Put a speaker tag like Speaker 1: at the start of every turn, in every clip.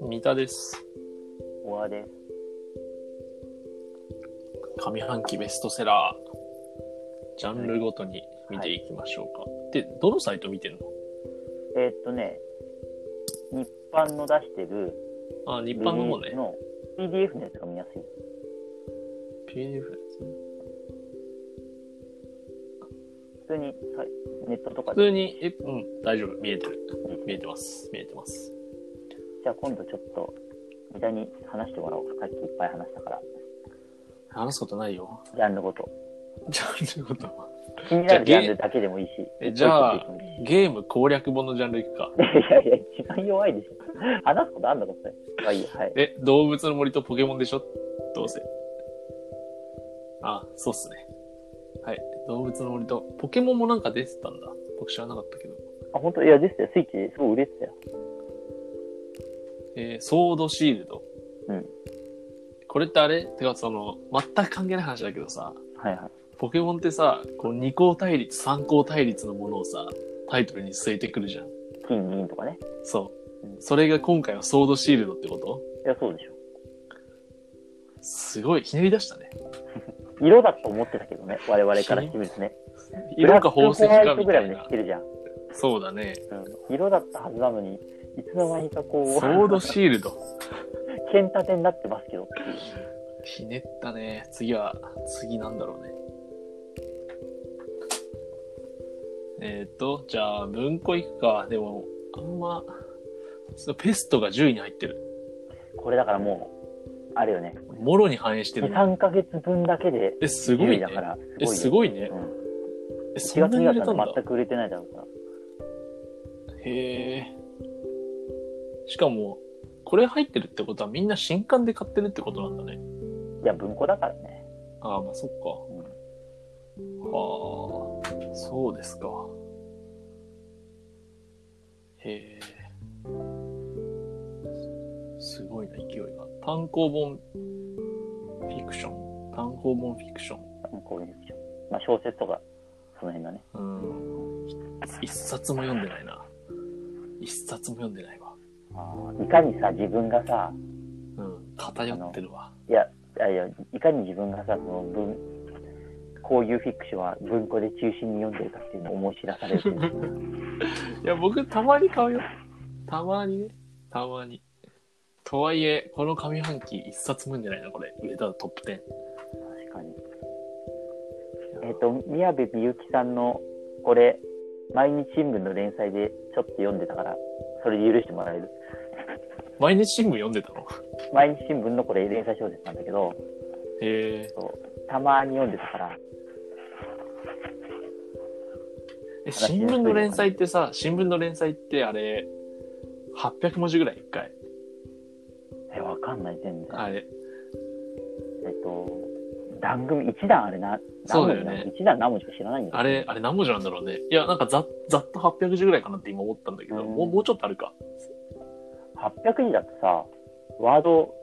Speaker 1: 三田です
Speaker 2: 小川です。
Speaker 1: 上半期ベストセラージャンルごとに見ていきましょうか、でどのサイト見てる
Speaker 2: えーっとね、日版の出してる
Speaker 1: のあ日
Speaker 2: 一
Speaker 1: 版の方ね
Speaker 2: の PDF のやつが見やすい。
Speaker 1: PDF ですね
Speaker 2: 普通にさネットとか
Speaker 1: 普
Speaker 2: で。
Speaker 1: 通にえうん大丈夫見えてる見えてます見えてます
Speaker 2: じゃあ今度ちょっと、無駄に話してもらおうか。さっきいっぱい話したから。
Speaker 1: 話すことないよ
Speaker 2: ジャンルごと。
Speaker 1: ジャンルごとは
Speaker 2: 気になるジ
Speaker 1: じゃ
Speaker 2: ャ
Speaker 1: あ
Speaker 2: ンルだけでもいいし。
Speaker 1: えじゃあ
Speaker 2: 一個 一個でもいいし
Speaker 1: ゲーム攻略本のジャンルいくか
Speaker 2: いやいや、一番弱いでしょ。話すことあんのか、それ。まあいいや、はい。
Speaker 1: え動物の森とポケモンでしょどうせあそうっすねはい動物の森とポケモンもなんか出てたんだ僕知らなかったけど
Speaker 2: あ、本当いや、ですよ。スイッチ、すごい売れてたよ。
Speaker 1: えーソードシールド。
Speaker 2: うん
Speaker 1: これってあれてか、その、全く関係ない話だけどさ、
Speaker 2: はいはい。
Speaker 1: ポケモンってさ、こう二項対立、三項対立のものをさ、タイトルに据えてくるじゃん。
Speaker 2: 金、銀とかね。
Speaker 1: そう
Speaker 2: う。ん
Speaker 1: それが今回はソードシールドってこと
Speaker 2: いや、そうでしょ。
Speaker 1: すごい、ひねり出したね。
Speaker 2: 色だと思ってたけどね。我々からしてみるとね。
Speaker 1: 色か宝石
Speaker 2: ブラッ
Speaker 1: か
Speaker 2: クホワイト
Speaker 1: み
Speaker 2: ぐ
Speaker 1: た
Speaker 2: らい
Speaker 1: い
Speaker 2: まで
Speaker 1: な
Speaker 2: 来。てるじゃん。
Speaker 1: そうだね。
Speaker 2: うん色だったはずなのに、いつの間にかこ
Speaker 1: ソ
Speaker 2: う、
Speaker 1: ードシールド。
Speaker 2: 剣立てになってますけど。
Speaker 1: ひねったね。次は、次なんだろうね。えーっ、と、じゃあ、文庫いくか。でも、あんま、そのペストが10位に入ってる。
Speaker 2: これだからもう、あれよね。
Speaker 1: もろに反映して
Speaker 2: 2、
Speaker 1: る。
Speaker 2: 3ヶ月分だけで、
Speaker 1: え、すごい
Speaker 2: 10位
Speaker 1: ね
Speaker 2: だ。から、
Speaker 1: え、すごいね
Speaker 2: よ。。うん
Speaker 1: え、そ
Speaker 2: 1
Speaker 1: ん
Speaker 2: 月
Speaker 1: な
Speaker 2: 2
Speaker 1: に売れ
Speaker 2: 月
Speaker 1: たん
Speaker 2: な
Speaker 1: だ
Speaker 2: んて。全く売れてないだろうから。
Speaker 1: へえ。しかも、これ入ってるってことはみんな新刊で買ってるってことなんだね。
Speaker 2: いや、文庫だからね。
Speaker 1: ああ、まあそっか。
Speaker 2: うん
Speaker 1: はあ、そうですか。へえ。すすごいな、勢いが。単行本フィクション。単行本フィクション。
Speaker 2: こういうのまあ小説とか、その辺のね。
Speaker 1: うん。一一冊も読んでないな。一冊も読んでないわ。
Speaker 2: いかにさ、自分がさ、
Speaker 1: うん。偏ってるわ。
Speaker 2: いや、いやいや、いかに自分がさ、その文、こういうフィクションは文庫で中心に読んでるかっていうのを思い知らされるというか。
Speaker 1: いや、僕、たまに買うよ。たまにね。たまに。とはいえ、この上半期一冊も読んでないな、これ。売れたトップ10。
Speaker 2: 確かに。えっ、と、宮部みゆきさんの、これ、毎日新聞の連載でちょっと読んでたから、それで許してもらえる。
Speaker 1: 毎日新聞読んでたの
Speaker 2: 毎日新聞のこれ連載小説なんだけど、
Speaker 1: へえ。
Speaker 2: たまに読んでたから、
Speaker 1: え、新聞の連載ってさ、新聞の連載ってあれ、800文字ぐらい一回。
Speaker 2: え、わかんない、全然。
Speaker 1: あれ。
Speaker 2: えっ、と、段組、一段あれな、
Speaker 1: そうだよね
Speaker 2: 何文字なの一段何文字か知らないんだけど
Speaker 1: あれ、あれ何文字なんだろうね。いや、なんかざ、ざっと800字ぐらいかなって今思ったんだけど、
Speaker 2: うん
Speaker 1: もう、もうちょっとあるか。
Speaker 2: 800字だとさ、ワード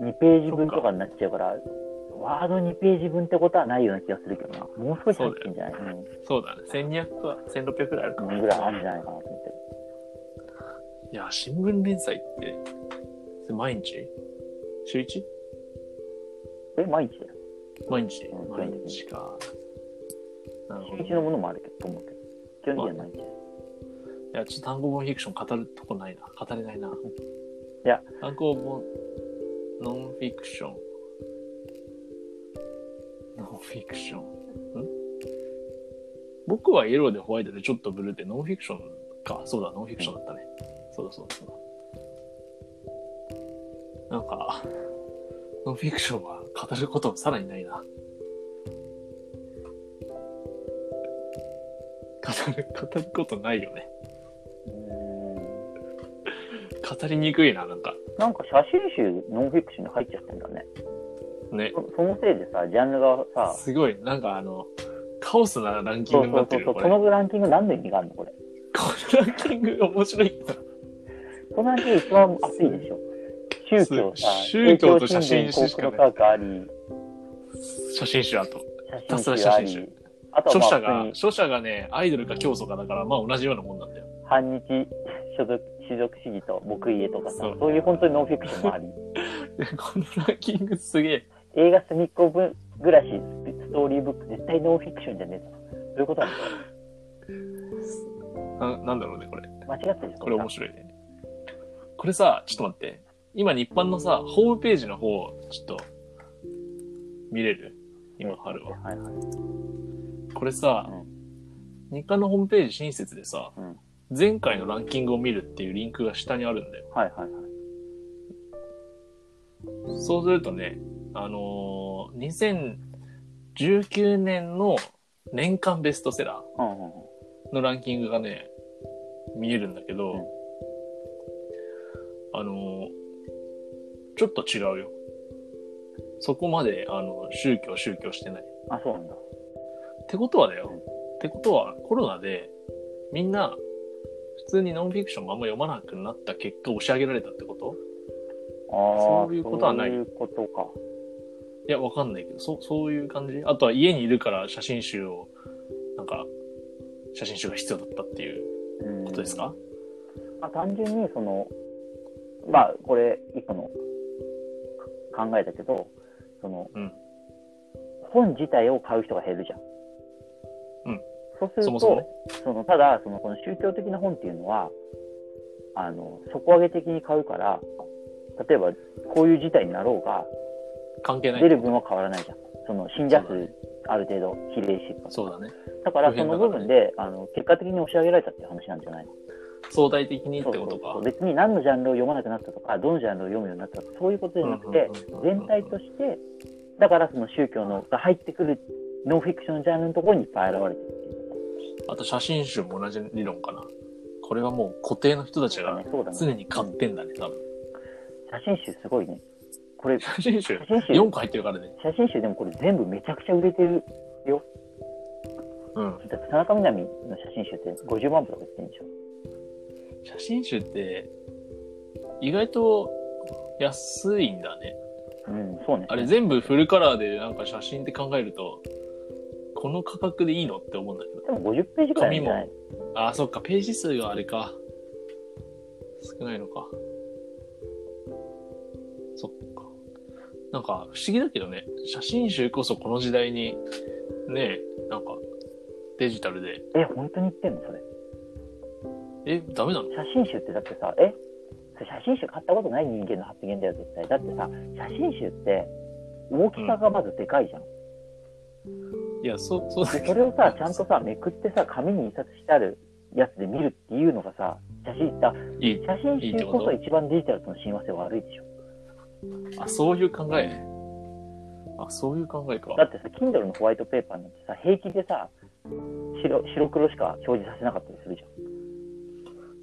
Speaker 2: 2ページ分とかになっちゃうから、ワード2ページ分ってことはないような気がするけどな。もう少し入ってんじゃないうん
Speaker 1: そうだね。1200か1600ぐらいあるか。
Speaker 2: ぐらいあるんじゃないかなと思って。
Speaker 1: いや、新聞連載って、それ毎日週 1?
Speaker 2: え、毎日だよ。
Speaker 1: 毎日
Speaker 2: うん
Speaker 1: 毎日か。なるほ
Speaker 2: 週
Speaker 1: ど。い
Speaker 2: 一のものもあるけど、と思うけど。基本的には毎日だよ。
Speaker 1: や、ちょっと単行本フィクション語るとこないな。語れないな。い
Speaker 2: や。
Speaker 1: 単行本、ノンフィクション。ノンフィクション。ん僕はイエローでホワイトでちょっとブルーでノンフィクションか。そうだ、ノンフィクションだったね。そうだそうだそうだ。なんか、ノンフィクションは語ることもさらにないな。語る、語ることないよね。
Speaker 2: う
Speaker 1: 語りにくいな、なんか。
Speaker 2: ーんなんか写真集、ノンフィクションに入っちゃってんだね。
Speaker 1: ね。
Speaker 2: そそのせいでさ、ジャンルがさ、
Speaker 1: すごい、なんかあの、カオスなランキン
Speaker 2: そ
Speaker 1: グ
Speaker 2: う
Speaker 1: に
Speaker 2: そ
Speaker 1: な
Speaker 2: う
Speaker 1: って
Speaker 2: そ
Speaker 1: るよ、
Speaker 2: うそう、
Speaker 1: こ
Speaker 2: こ
Speaker 1: れ。こ
Speaker 2: のランキング何の意味があるのこれ。
Speaker 1: のランキング面白い。
Speaker 2: このランキング一番熱いでしょ。宗教さ、
Speaker 1: 宗教と写真集しかね
Speaker 2: 影響新聞幸福の科学あり、
Speaker 1: 写真集あと。
Speaker 2: 写
Speaker 1: ひたすら
Speaker 2: 真集
Speaker 1: 写
Speaker 2: あ
Speaker 1: 真集
Speaker 2: り、あと
Speaker 1: 著
Speaker 2: は
Speaker 1: 者
Speaker 2: まあ、
Speaker 1: が、
Speaker 2: 普通
Speaker 1: 著者がね、アイドルか競争かだから、まあ同じようなもんなんだよ。
Speaker 2: に反日所属、種族主義と僕家とかさ、
Speaker 1: そ
Speaker 2: そうういう本当にノンフィクションもあり。
Speaker 1: でこのランキングすげえ。
Speaker 2: 映画隅っこ暮らし、ストーリーブック、絶対ノンフィクションじゃねえぞ。そういうことなんだよ。
Speaker 1: ななんだろうね、これ。
Speaker 2: 間違ってるよ
Speaker 1: これ面白いね。これさ、ちょっと待って。今、日版のさ、ホームページの方、ちょっと、見れる今、春は。
Speaker 2: はいはい。
Speaker 1: これさ、日刊のホームページ親切でさ、
Speaker 2: うん
Speaker 1: 前回のランキングを見るっていうリンクが下にあるんだよ。
Speaker 2: はいはいはい。
Speaker 1: そうするとね、あのー2019年の年間ベストセラ
Speaker 2: うんうんうん。
Speaker 1: ーのランキングがね、見えるんだけど、
Speaker 2: うん
Speaker 1: あのーちょっと違うよ。そこまで、あの、宗教、宗教してない。っ
Speaker 2: あ、そうなんだ。
Speaker 1: てことはだよ。
Speaker 2: うん
Speaker 1: ってことは、コロナで、みんな、普通にノンフィクションもあんま読まなくなった結果、押し上げられたってこと
Speaker 2: あー
Speaker 1: そういうことはない
Speaker 2: そういうことか。
Speaker 1: いや、わかんないけど、そう、そういう感じあとは家にいるから写真集を、なんか、写真集が必要だったっていう
Speaker 2: うん
Speaker 1: ことですか、
Speaker 2: まあ、単純にそのまあこれ一個の考えだけどその、
Speaker 1: うん
Speaker 2: 本自体を買う人が減るじゃん。
Speaker 1: うん
Speaker 2: そうす
Speaker 1: そ
Speaker 2: るとそ
Speaker 1: もそもね
Speaker 2: のただそのこの宗教的な本っていうのはあの底上げ的に買うから例えばこういう事態になろうが
Speaker 1: 関係ない。
Speaker 2: 出る分は変わらないじゃん。その信者数
Speaker 1: そうだ
Speaker 2: ある程度比例してるから
Speaker 1: そうだね。
Speaker 2: だから
Speaker 1: 普
Speaker 2: そ
Speaker 1: 遍だ
Speaker 2: の
Speaker 1: からね
Speaker 2: 部分で、あの結果的に押し上げられたっていう話なんじゃないの
Speaker 1: 相対的にってこと
Speaker 2: そうそうそ
Speaker 1: か
Speaker 2: う。別に何のジャンルを読まなくなったとかどのジャンルを読むようになったとかそういうことじゃなくて
Speaker 1: うんうんうんうん
Speaker 2: 全体としてだからその宗教のが入ってくるノンフィクションジャンルのところにいっぱい現れてるっていう
Speaker 1: あと写真集も同じ理論かな。これはもう固定の人たち
Speaker 2: か
Speaker 1: が
Speaker 2: ねそうだね
Speaker 1: 常に買ってんだね、多 分。
Speaker 2: 写真集すごいね これ写
Speaker 1: 写真集
Speaker 2: 真集
Speaker 1: 4個入ってるからね。
Speaker 2: 写真集でもこれ全部めちゃくちゃ売れてる
Speaker 1: うん。
Speaker 2: だって田中みな実の写真集って50万部とか売ってるんでしょ
Speaker 1: 写真集って、意外と安いんだね。
Speaker 2: うんそうね
Speaker 1: あれ全部フルカラーでなんか写真って考えると、この価格でいいのって思うんだけど。
Speaker 2: でも50ページくらいなんじゃない
Speaker 1: あー、そっか、ページ数があれか。少ないのか。そっか。なんか、不思議だけどね、写真集こそこの時代に、ねえ、なんか、デジタルで、
Speaker 2: え本当に言ってんのそれ
Speaker 1: え、ダメなの
Speaker 2: 写真集ってだってさえそれ写真集買ったことない人間の発言だよ絶対だってさ写真集って大きさがまずでかいじゃん、
Speaker 1: いや、そう、そうだ
Speaker 2: で
Speaker 1: け
Speaker 2: それをさちゃんとさめくってさ紙に印刷してあるやつで見るっていうのがさ写真だ
Speaker 1: いい。
Speaker 2: 写真集こそ一番デジタルとの親和性悪いでしょ
Speaker 1: あ、そういう考えね。あ、そういう考えか。
Speaker 2: だってさ Kindle のホワイトペーパーなんてさ平気でさ白白黒しか表示させなかったりするじゃ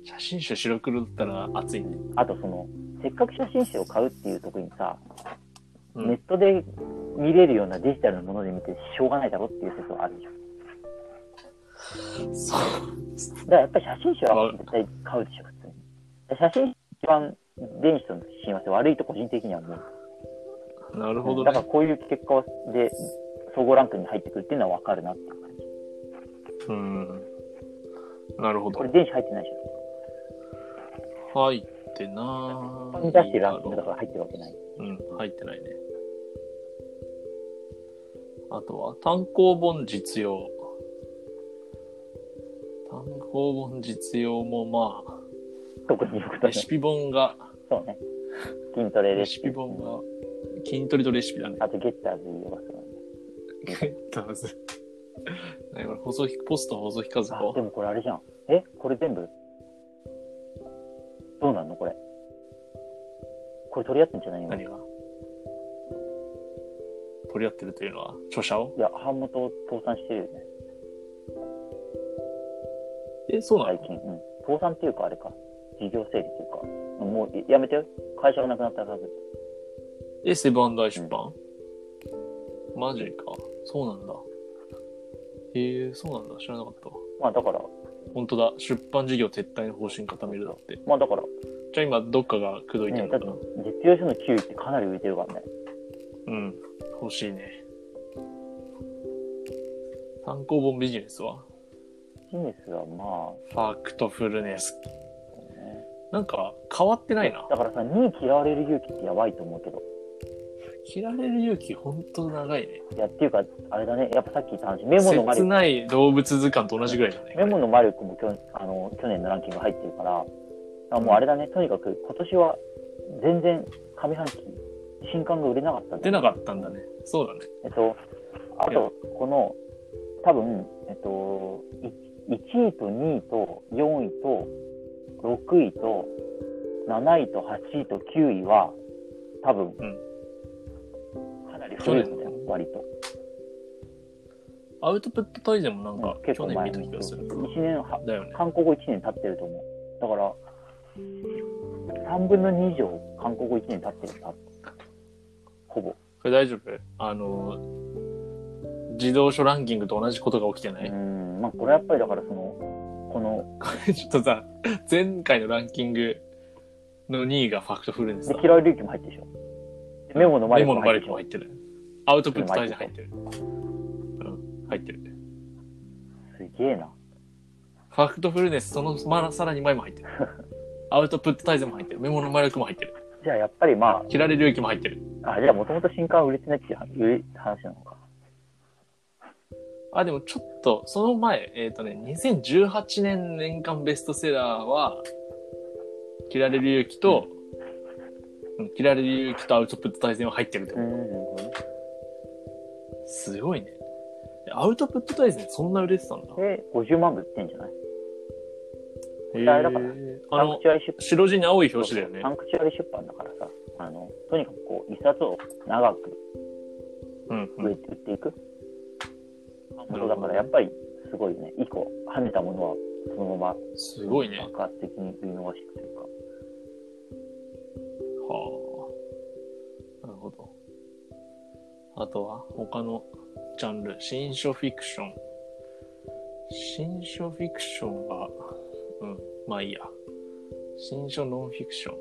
Speaker 1: 写真集白黒だったら熱いね。
Speaker 2: んあとそのせっかく写真集を買うっていう時にさ、
Speaker 1: うん
Speaker 2: ネットで見れるようなデジタルのもので見てしょうがないだろっていう説はあるじゃん
Speaker 1: そう。
Speaker 2: だからやっぱり写真集
Speaker 1: 買
Speaker 2: は
Speaker 1: う
Speaker 2: 絶対買うでしょ、普通に。写真集一番電子との親和性悪いと個人的には思う。
Speaker 1: なるほど
Speaker 2: だから
Speaker 1: ね。
Speaker 2: こういう結果で総合ランクに入ってくるっていうのは分かるなっていう感じ。
Speaker 1: うん。なるほど
Speaker 2: これ。電子入ってないでし
Speaker 1: 入ってな
Speaker 2: ょ。
Speaker 1: ぁ
Speaker 2: 満たしてるランキングだから入ってるわけない。
Speaker 1: うん、入ってないね。あとは、単行本実用。単行本実用もま
Speaker 2: 特に言うこ
Speaker 1: あ、
Speaker 2: と
Speaker 1: レ
Speaker 2: ない
Speaker 1: シ。ピ本が、
Speaker 2: そうね。筋トレ
Speaker 1: レ
Speaker 2: レ
Speaker 1: シ
Speaker 2: シ
Speaker 1: ピ
Speaker 2: ピ。
Speaker 1: 本が、筋トレとレシピだね。
Speaker 2: あとゲッターズ言えばそう
Speaker 1: ゲッターズ。ねこれ、細木、ポスト細木和
Speaker 2: だね。あ、で
Speaker 1: 子。
Speaker 2: もこれあれじゃん。えこれ全部どうなんのこれ。これ取り合ってんじゃないの
Speaker 1: 何が取り合ってるというのは、著者を
Speaker 2: いや、版元を倒産してるよね。
Speaker 1: え、そうなの、
Speaker 2: 最近、うん、倒産っていうかあれか事業整理っていうかもういやめてよ会社がなくなったはず
Speaker 1: え、セブンアイ出版、マジか。そうなんだ。へえそうなんだ。知らなかったわ。
Speaker 2: まあだから
Speaker 1: 本当だ。出版事業撤退の方針固めるだって。
Speaker 2: まあだから、
Speaker 1: じゃあ今、どっかが口説いて
Speaker 2: ね、
Speaker 1: る
Speaker 2: だ
Speaker 1: の
Speaker 2: っ
Speaker 1: か
Speaker 2: て
Speaker 1: な、
Speaker 2: 実用書の給与ってかなり浮いてるからね
Speaker 1: うん。欲しいね。単行本ビジネスは
Speaker 2: ビジネスはま
Speaker 1: ファクトフルネス。
Speaker 2: あ、ね
Speaker 1: なんか変わってないな。
Speaker 2: だからさ、2位嫌われる勇気ってやばいと思うけど。
Speaker 1: 切られる勇気ほんと長いね。
Speaker 2: いや、っていうか、あれだね、やっぱさっき言った話、メモの魔
Speaker 1: 切
Speaker 2: 力、
Speaker 1: ない動物図鑑と同じぐらいじゃない
Speaker 2: メモの魔力もきょあの去年のランキング入ってるから、あもうあれだね、とにかく今年は全然上半期、新刊が売れなかったんだ
Speaker 1: 出なかったんだね。そうだね。
Speaker 2: えっと、あ
Speaker 1: いや
Speaker 2: と、この、多分、えっと、い1位と2位と4位と6位と7位と8位と9位は、多分、
Speaker 1: ん
Speaker 2: かなり古いんだよ
Speaker 1: 去、
Speaker 2: 割と。
Speaker 1: アウトプット大全もなんか
Speaker 2: うん
Speaker 1: 去年見た気がする。
Speaker 2: 1年は、
Speaker 1: だよね。
Speaker 2: 韓国語1年経ってると思う。だから、3分の2以上、韓国語1年経ってるな。ほぼ。
Speaker 1: これ大丈夫あの、自動書ランキングと同じことが起きてな
Speaker 2: う
Speaker 1: い、
Speaker 2: ん、まあ、これはやっぱりだから、その、この、
Speaker 1: これ ちょっとさ、前回のランキングの2位がファクトフルネス
Speaker 2: で
Speaker 1: だ、。
Speaker 2: 嫌い隆起も入ってるでしょ。でメモの魔
Speaker 1: メ
Speaker 2: 力
Speaker 1: モ
Speaker 2: も
Speaker 1: の
Speaker 2: 入
Speaker 1: 魔
Speaker 2: ってるで
Speaker 1: 力
Speaker 2: し
Speaker 1: も入って
Speaker 2: ょ。
Speaker 1: る。アウトプット大全入ってる。うん、入ってる。
Speaker 2: すげえな。
Speaker 1: ファクトフルネス、その、ま、さらに前も入 ってる。アウトプット大全も入ってる。メモの魔力も入ってる。
Speaker 2: じゃあやっぱりま
Speaker 1: 切られる域も入ってる。
Speaker 2: あ、あじゃあもともと新刊は売れてないっていう話売れ話なのか。
Speaker 1: あ、でもちょっと、その前、えっ、とね、2018年年間ベストセラーは、切られる勇気と、うん、切られる勇気とアウトプット大全は入ってると
Speaker 2: う
Speaker 1: 思う。
Speaker 2: ん、なるほどね
Speaker 1: すごいね。アウトプット大全そんな売れてたんだ。
Speaker 2: で、50万部売ってんじゃない
Speaker 1: へ
Speaker 2: あれだから
Speaker 1: ーあ
Speaker 2: サンク
Speaker 1: の、
Speaker 2: チュアリ出
Speaker 1: 白地に青い表紙だよ
Speaker 2: 版。
Speaker 1: ね
Speaker 2: サ。ンクチュアリ出版だからさ、あの、とにかくこう、一冊を長く
Speaker 1: うん、う
Speaker 2: 売
Speaker 1: ん。
Speaker 2: れて売っていく。
Speaker 1: な
Speaker 2: 本
Speaker 1: るほど
Speaker 2: 当だからやっぱりすごいね。一個跳ねたものはそのまます
Speaker 1: ごいね。
Speaker 2: 爆発的に売り逃していくというか。
Speaker 1: はあ。なるほど。あとは、他のジャンル、新書フィクション。新書フィクションは、うん、まあいいや。新書ノンフィクション。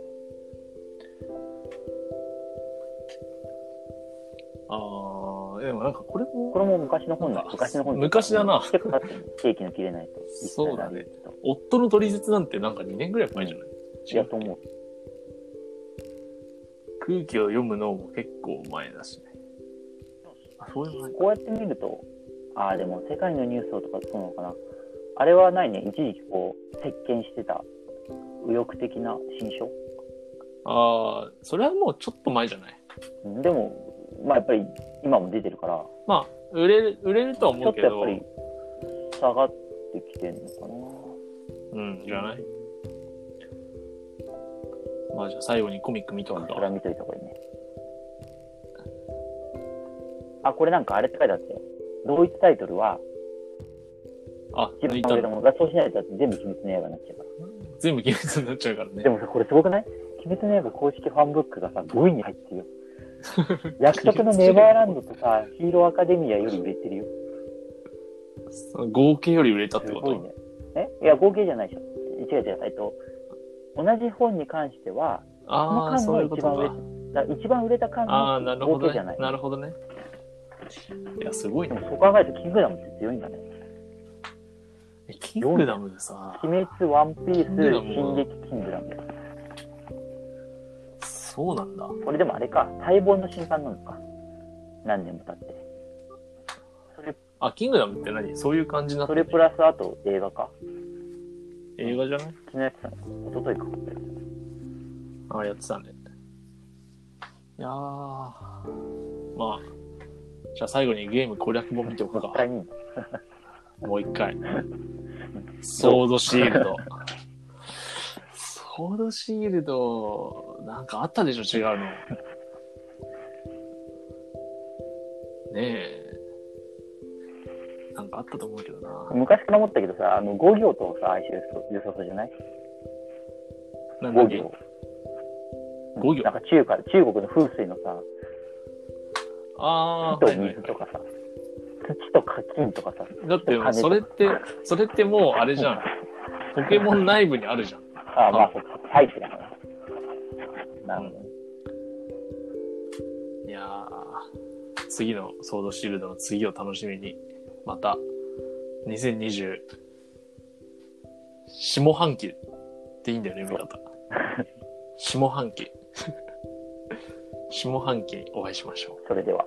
Speaker 1: ああ、でもなんかこれも
Speaker 2: こ、れも昔の本
Speaker 1: な
Speaker 2: だ
Speaker 1: ん。か
Speaker 2: 昔の本
Speaker 1: 昔だな
Speaker 2: 結構経ってるケーキの切れないと。
Speaker 1: そうだね
Speaker 2: 一切ないと。
Speaker 1: 夫の取説なんてなんか2年ぐらい前じゃない、
Speaker 2: いやと思う。
Speaker 1: 空気を読むのも結構前だしね。あ、そういうのない
Speaker 2: こうやって見ると、ああ、でも世界のニュースをとかそうなのかな。あれはないね。一時期こう、席巻してた、右翼的な新書。
Speaker 1: ああ、それはもうちょっと前じゃない
Speaker 2: うんでも、まあやっぱり今も出てるから、
Speaker 1: まあ、売れる、売れるとは
Speaker 2: ちょ
Speaker 1: 思
Speaker 2: っ
Speaker 1: う
Speaker 2: と
Speaker 1: け
Speaker 2: や
Speaker 1: ど
Speaker 2: っ、ぱり下がってきてんのか
Speaker 1: うん、じゃないまあじゃあ最後にコミック見と
Speaker 2: な。
Speaker 1: く
Speaker 2: それは
Speaker 1: か。
Speaker 2: 見といた方がいいね。あ、これなんかあれって書いてあったよ。同一タイトルは、
Speaker 1: あ、
Speaker 2: 一
Speaker 1: 抜
Speaker 2: 番
Speaker 1: いた
Speaker 2: 上の
Speaker 1: の。
Speaker 2: ものがそうしないとだって全部秘密の刃になっちゃうから。
Speaker 1: 全部鬼滅になっちゃうからね
Speaker 2: で。もさ、これすごくない鬼滅の刃公式ファンブックがさ、5位に入って るよ。約束のネバーランドとさ、ヒーローアカデミアより売れてるよ。
Speaker 1: 合計より売れたっ
Speaker 2: す
Speaker 1: てこ
Speaker 2: ごい
Speaker 1: と
Speaker 2: ね。えいや、合計じゃないでしょ。違う違う。えっと、同じ本に関しては、この
Speaker 1: ああ、
Speaker 2: 間
Speaker 1: そう
Speaker 2: が
Speaker 1: いうこ
Speaker 2: 一
Speaker 1: と
Speaker 2: 番売れ
Speaker 1: か
Speaker 2: て。だから一番売れた間
Speaker 1: ああ、なる
Speaker 2: の
Speaker 1: ほ
Speaker 2: 合
Speaker 1: ど
Speaker 2: 計じ
Speaker 1: ね
Speaker 2: ゃない。。
Speaker 1: なるほどね。いや、すごい
Speaker 2: で
Speaker 1: ね
Speaker 2: も。そう考えると、キングダムって強いんだね。
Speaker 1: えキングダムでさ、
Speaker 2: 鬼滅、ワンピース、
Speaker 1: キングダム
Speaker 2: 進撃、キングダム。
Speaker 1: そうなんだ。
Speaker 2: これでもあれか、待望の新刊なのか。何年も経って。
Speaker 1: あ、キングダムって何そういう感じになっ
Speaker 2: そ
Speaker 1: て
Speaker 2: れ
Speaker 1: る
Speaker 2: プラス、あと映画か。
Speaker 1: 映画じゃない
Speaker 2: 昨日やってたの。一昨日か。
Speaker 1: あやってたね。いやー。まあ。じゃあ最後にゲーム攻略本見ておくか
Speaker 2: 絶。対に。
Speaker 1: もう一回。ソードシールド。ソードシールド、なんかあったでしょ違うの。ねえ。なんかあったと思うけどな。
Speaker 2: 昔から思ったけどさ、あの、五行とさ、相性良さそうじゃない
Speaker 1: なんだ
Speaker 2: 五
Speaker 1: っけ
Speaker 2: 行。
Speaker 1: 五行
Speaker 2: なんか中華、中国の風水のさ、
Speaker 1: ああ、
Speaker 2: 火と
Speaker 1: はいはい
Speaker 2: 水とかさ、土とか金とかさ、
Speaker 1: だって、それって、それってもうあれじゃん。ポケモン内部にあるじゃん。
Speaker 2: ああ、ま
Speaker 1: あ
Speaker 2: あ、そっか、入ってだから。なるほどね。
Speaker 1: いやー、次のソードシールドの次を楽しみに、また2020下半期でいいんだよね、見方。下半期。下半期お会いしましょう。
Speaker 2: それでは。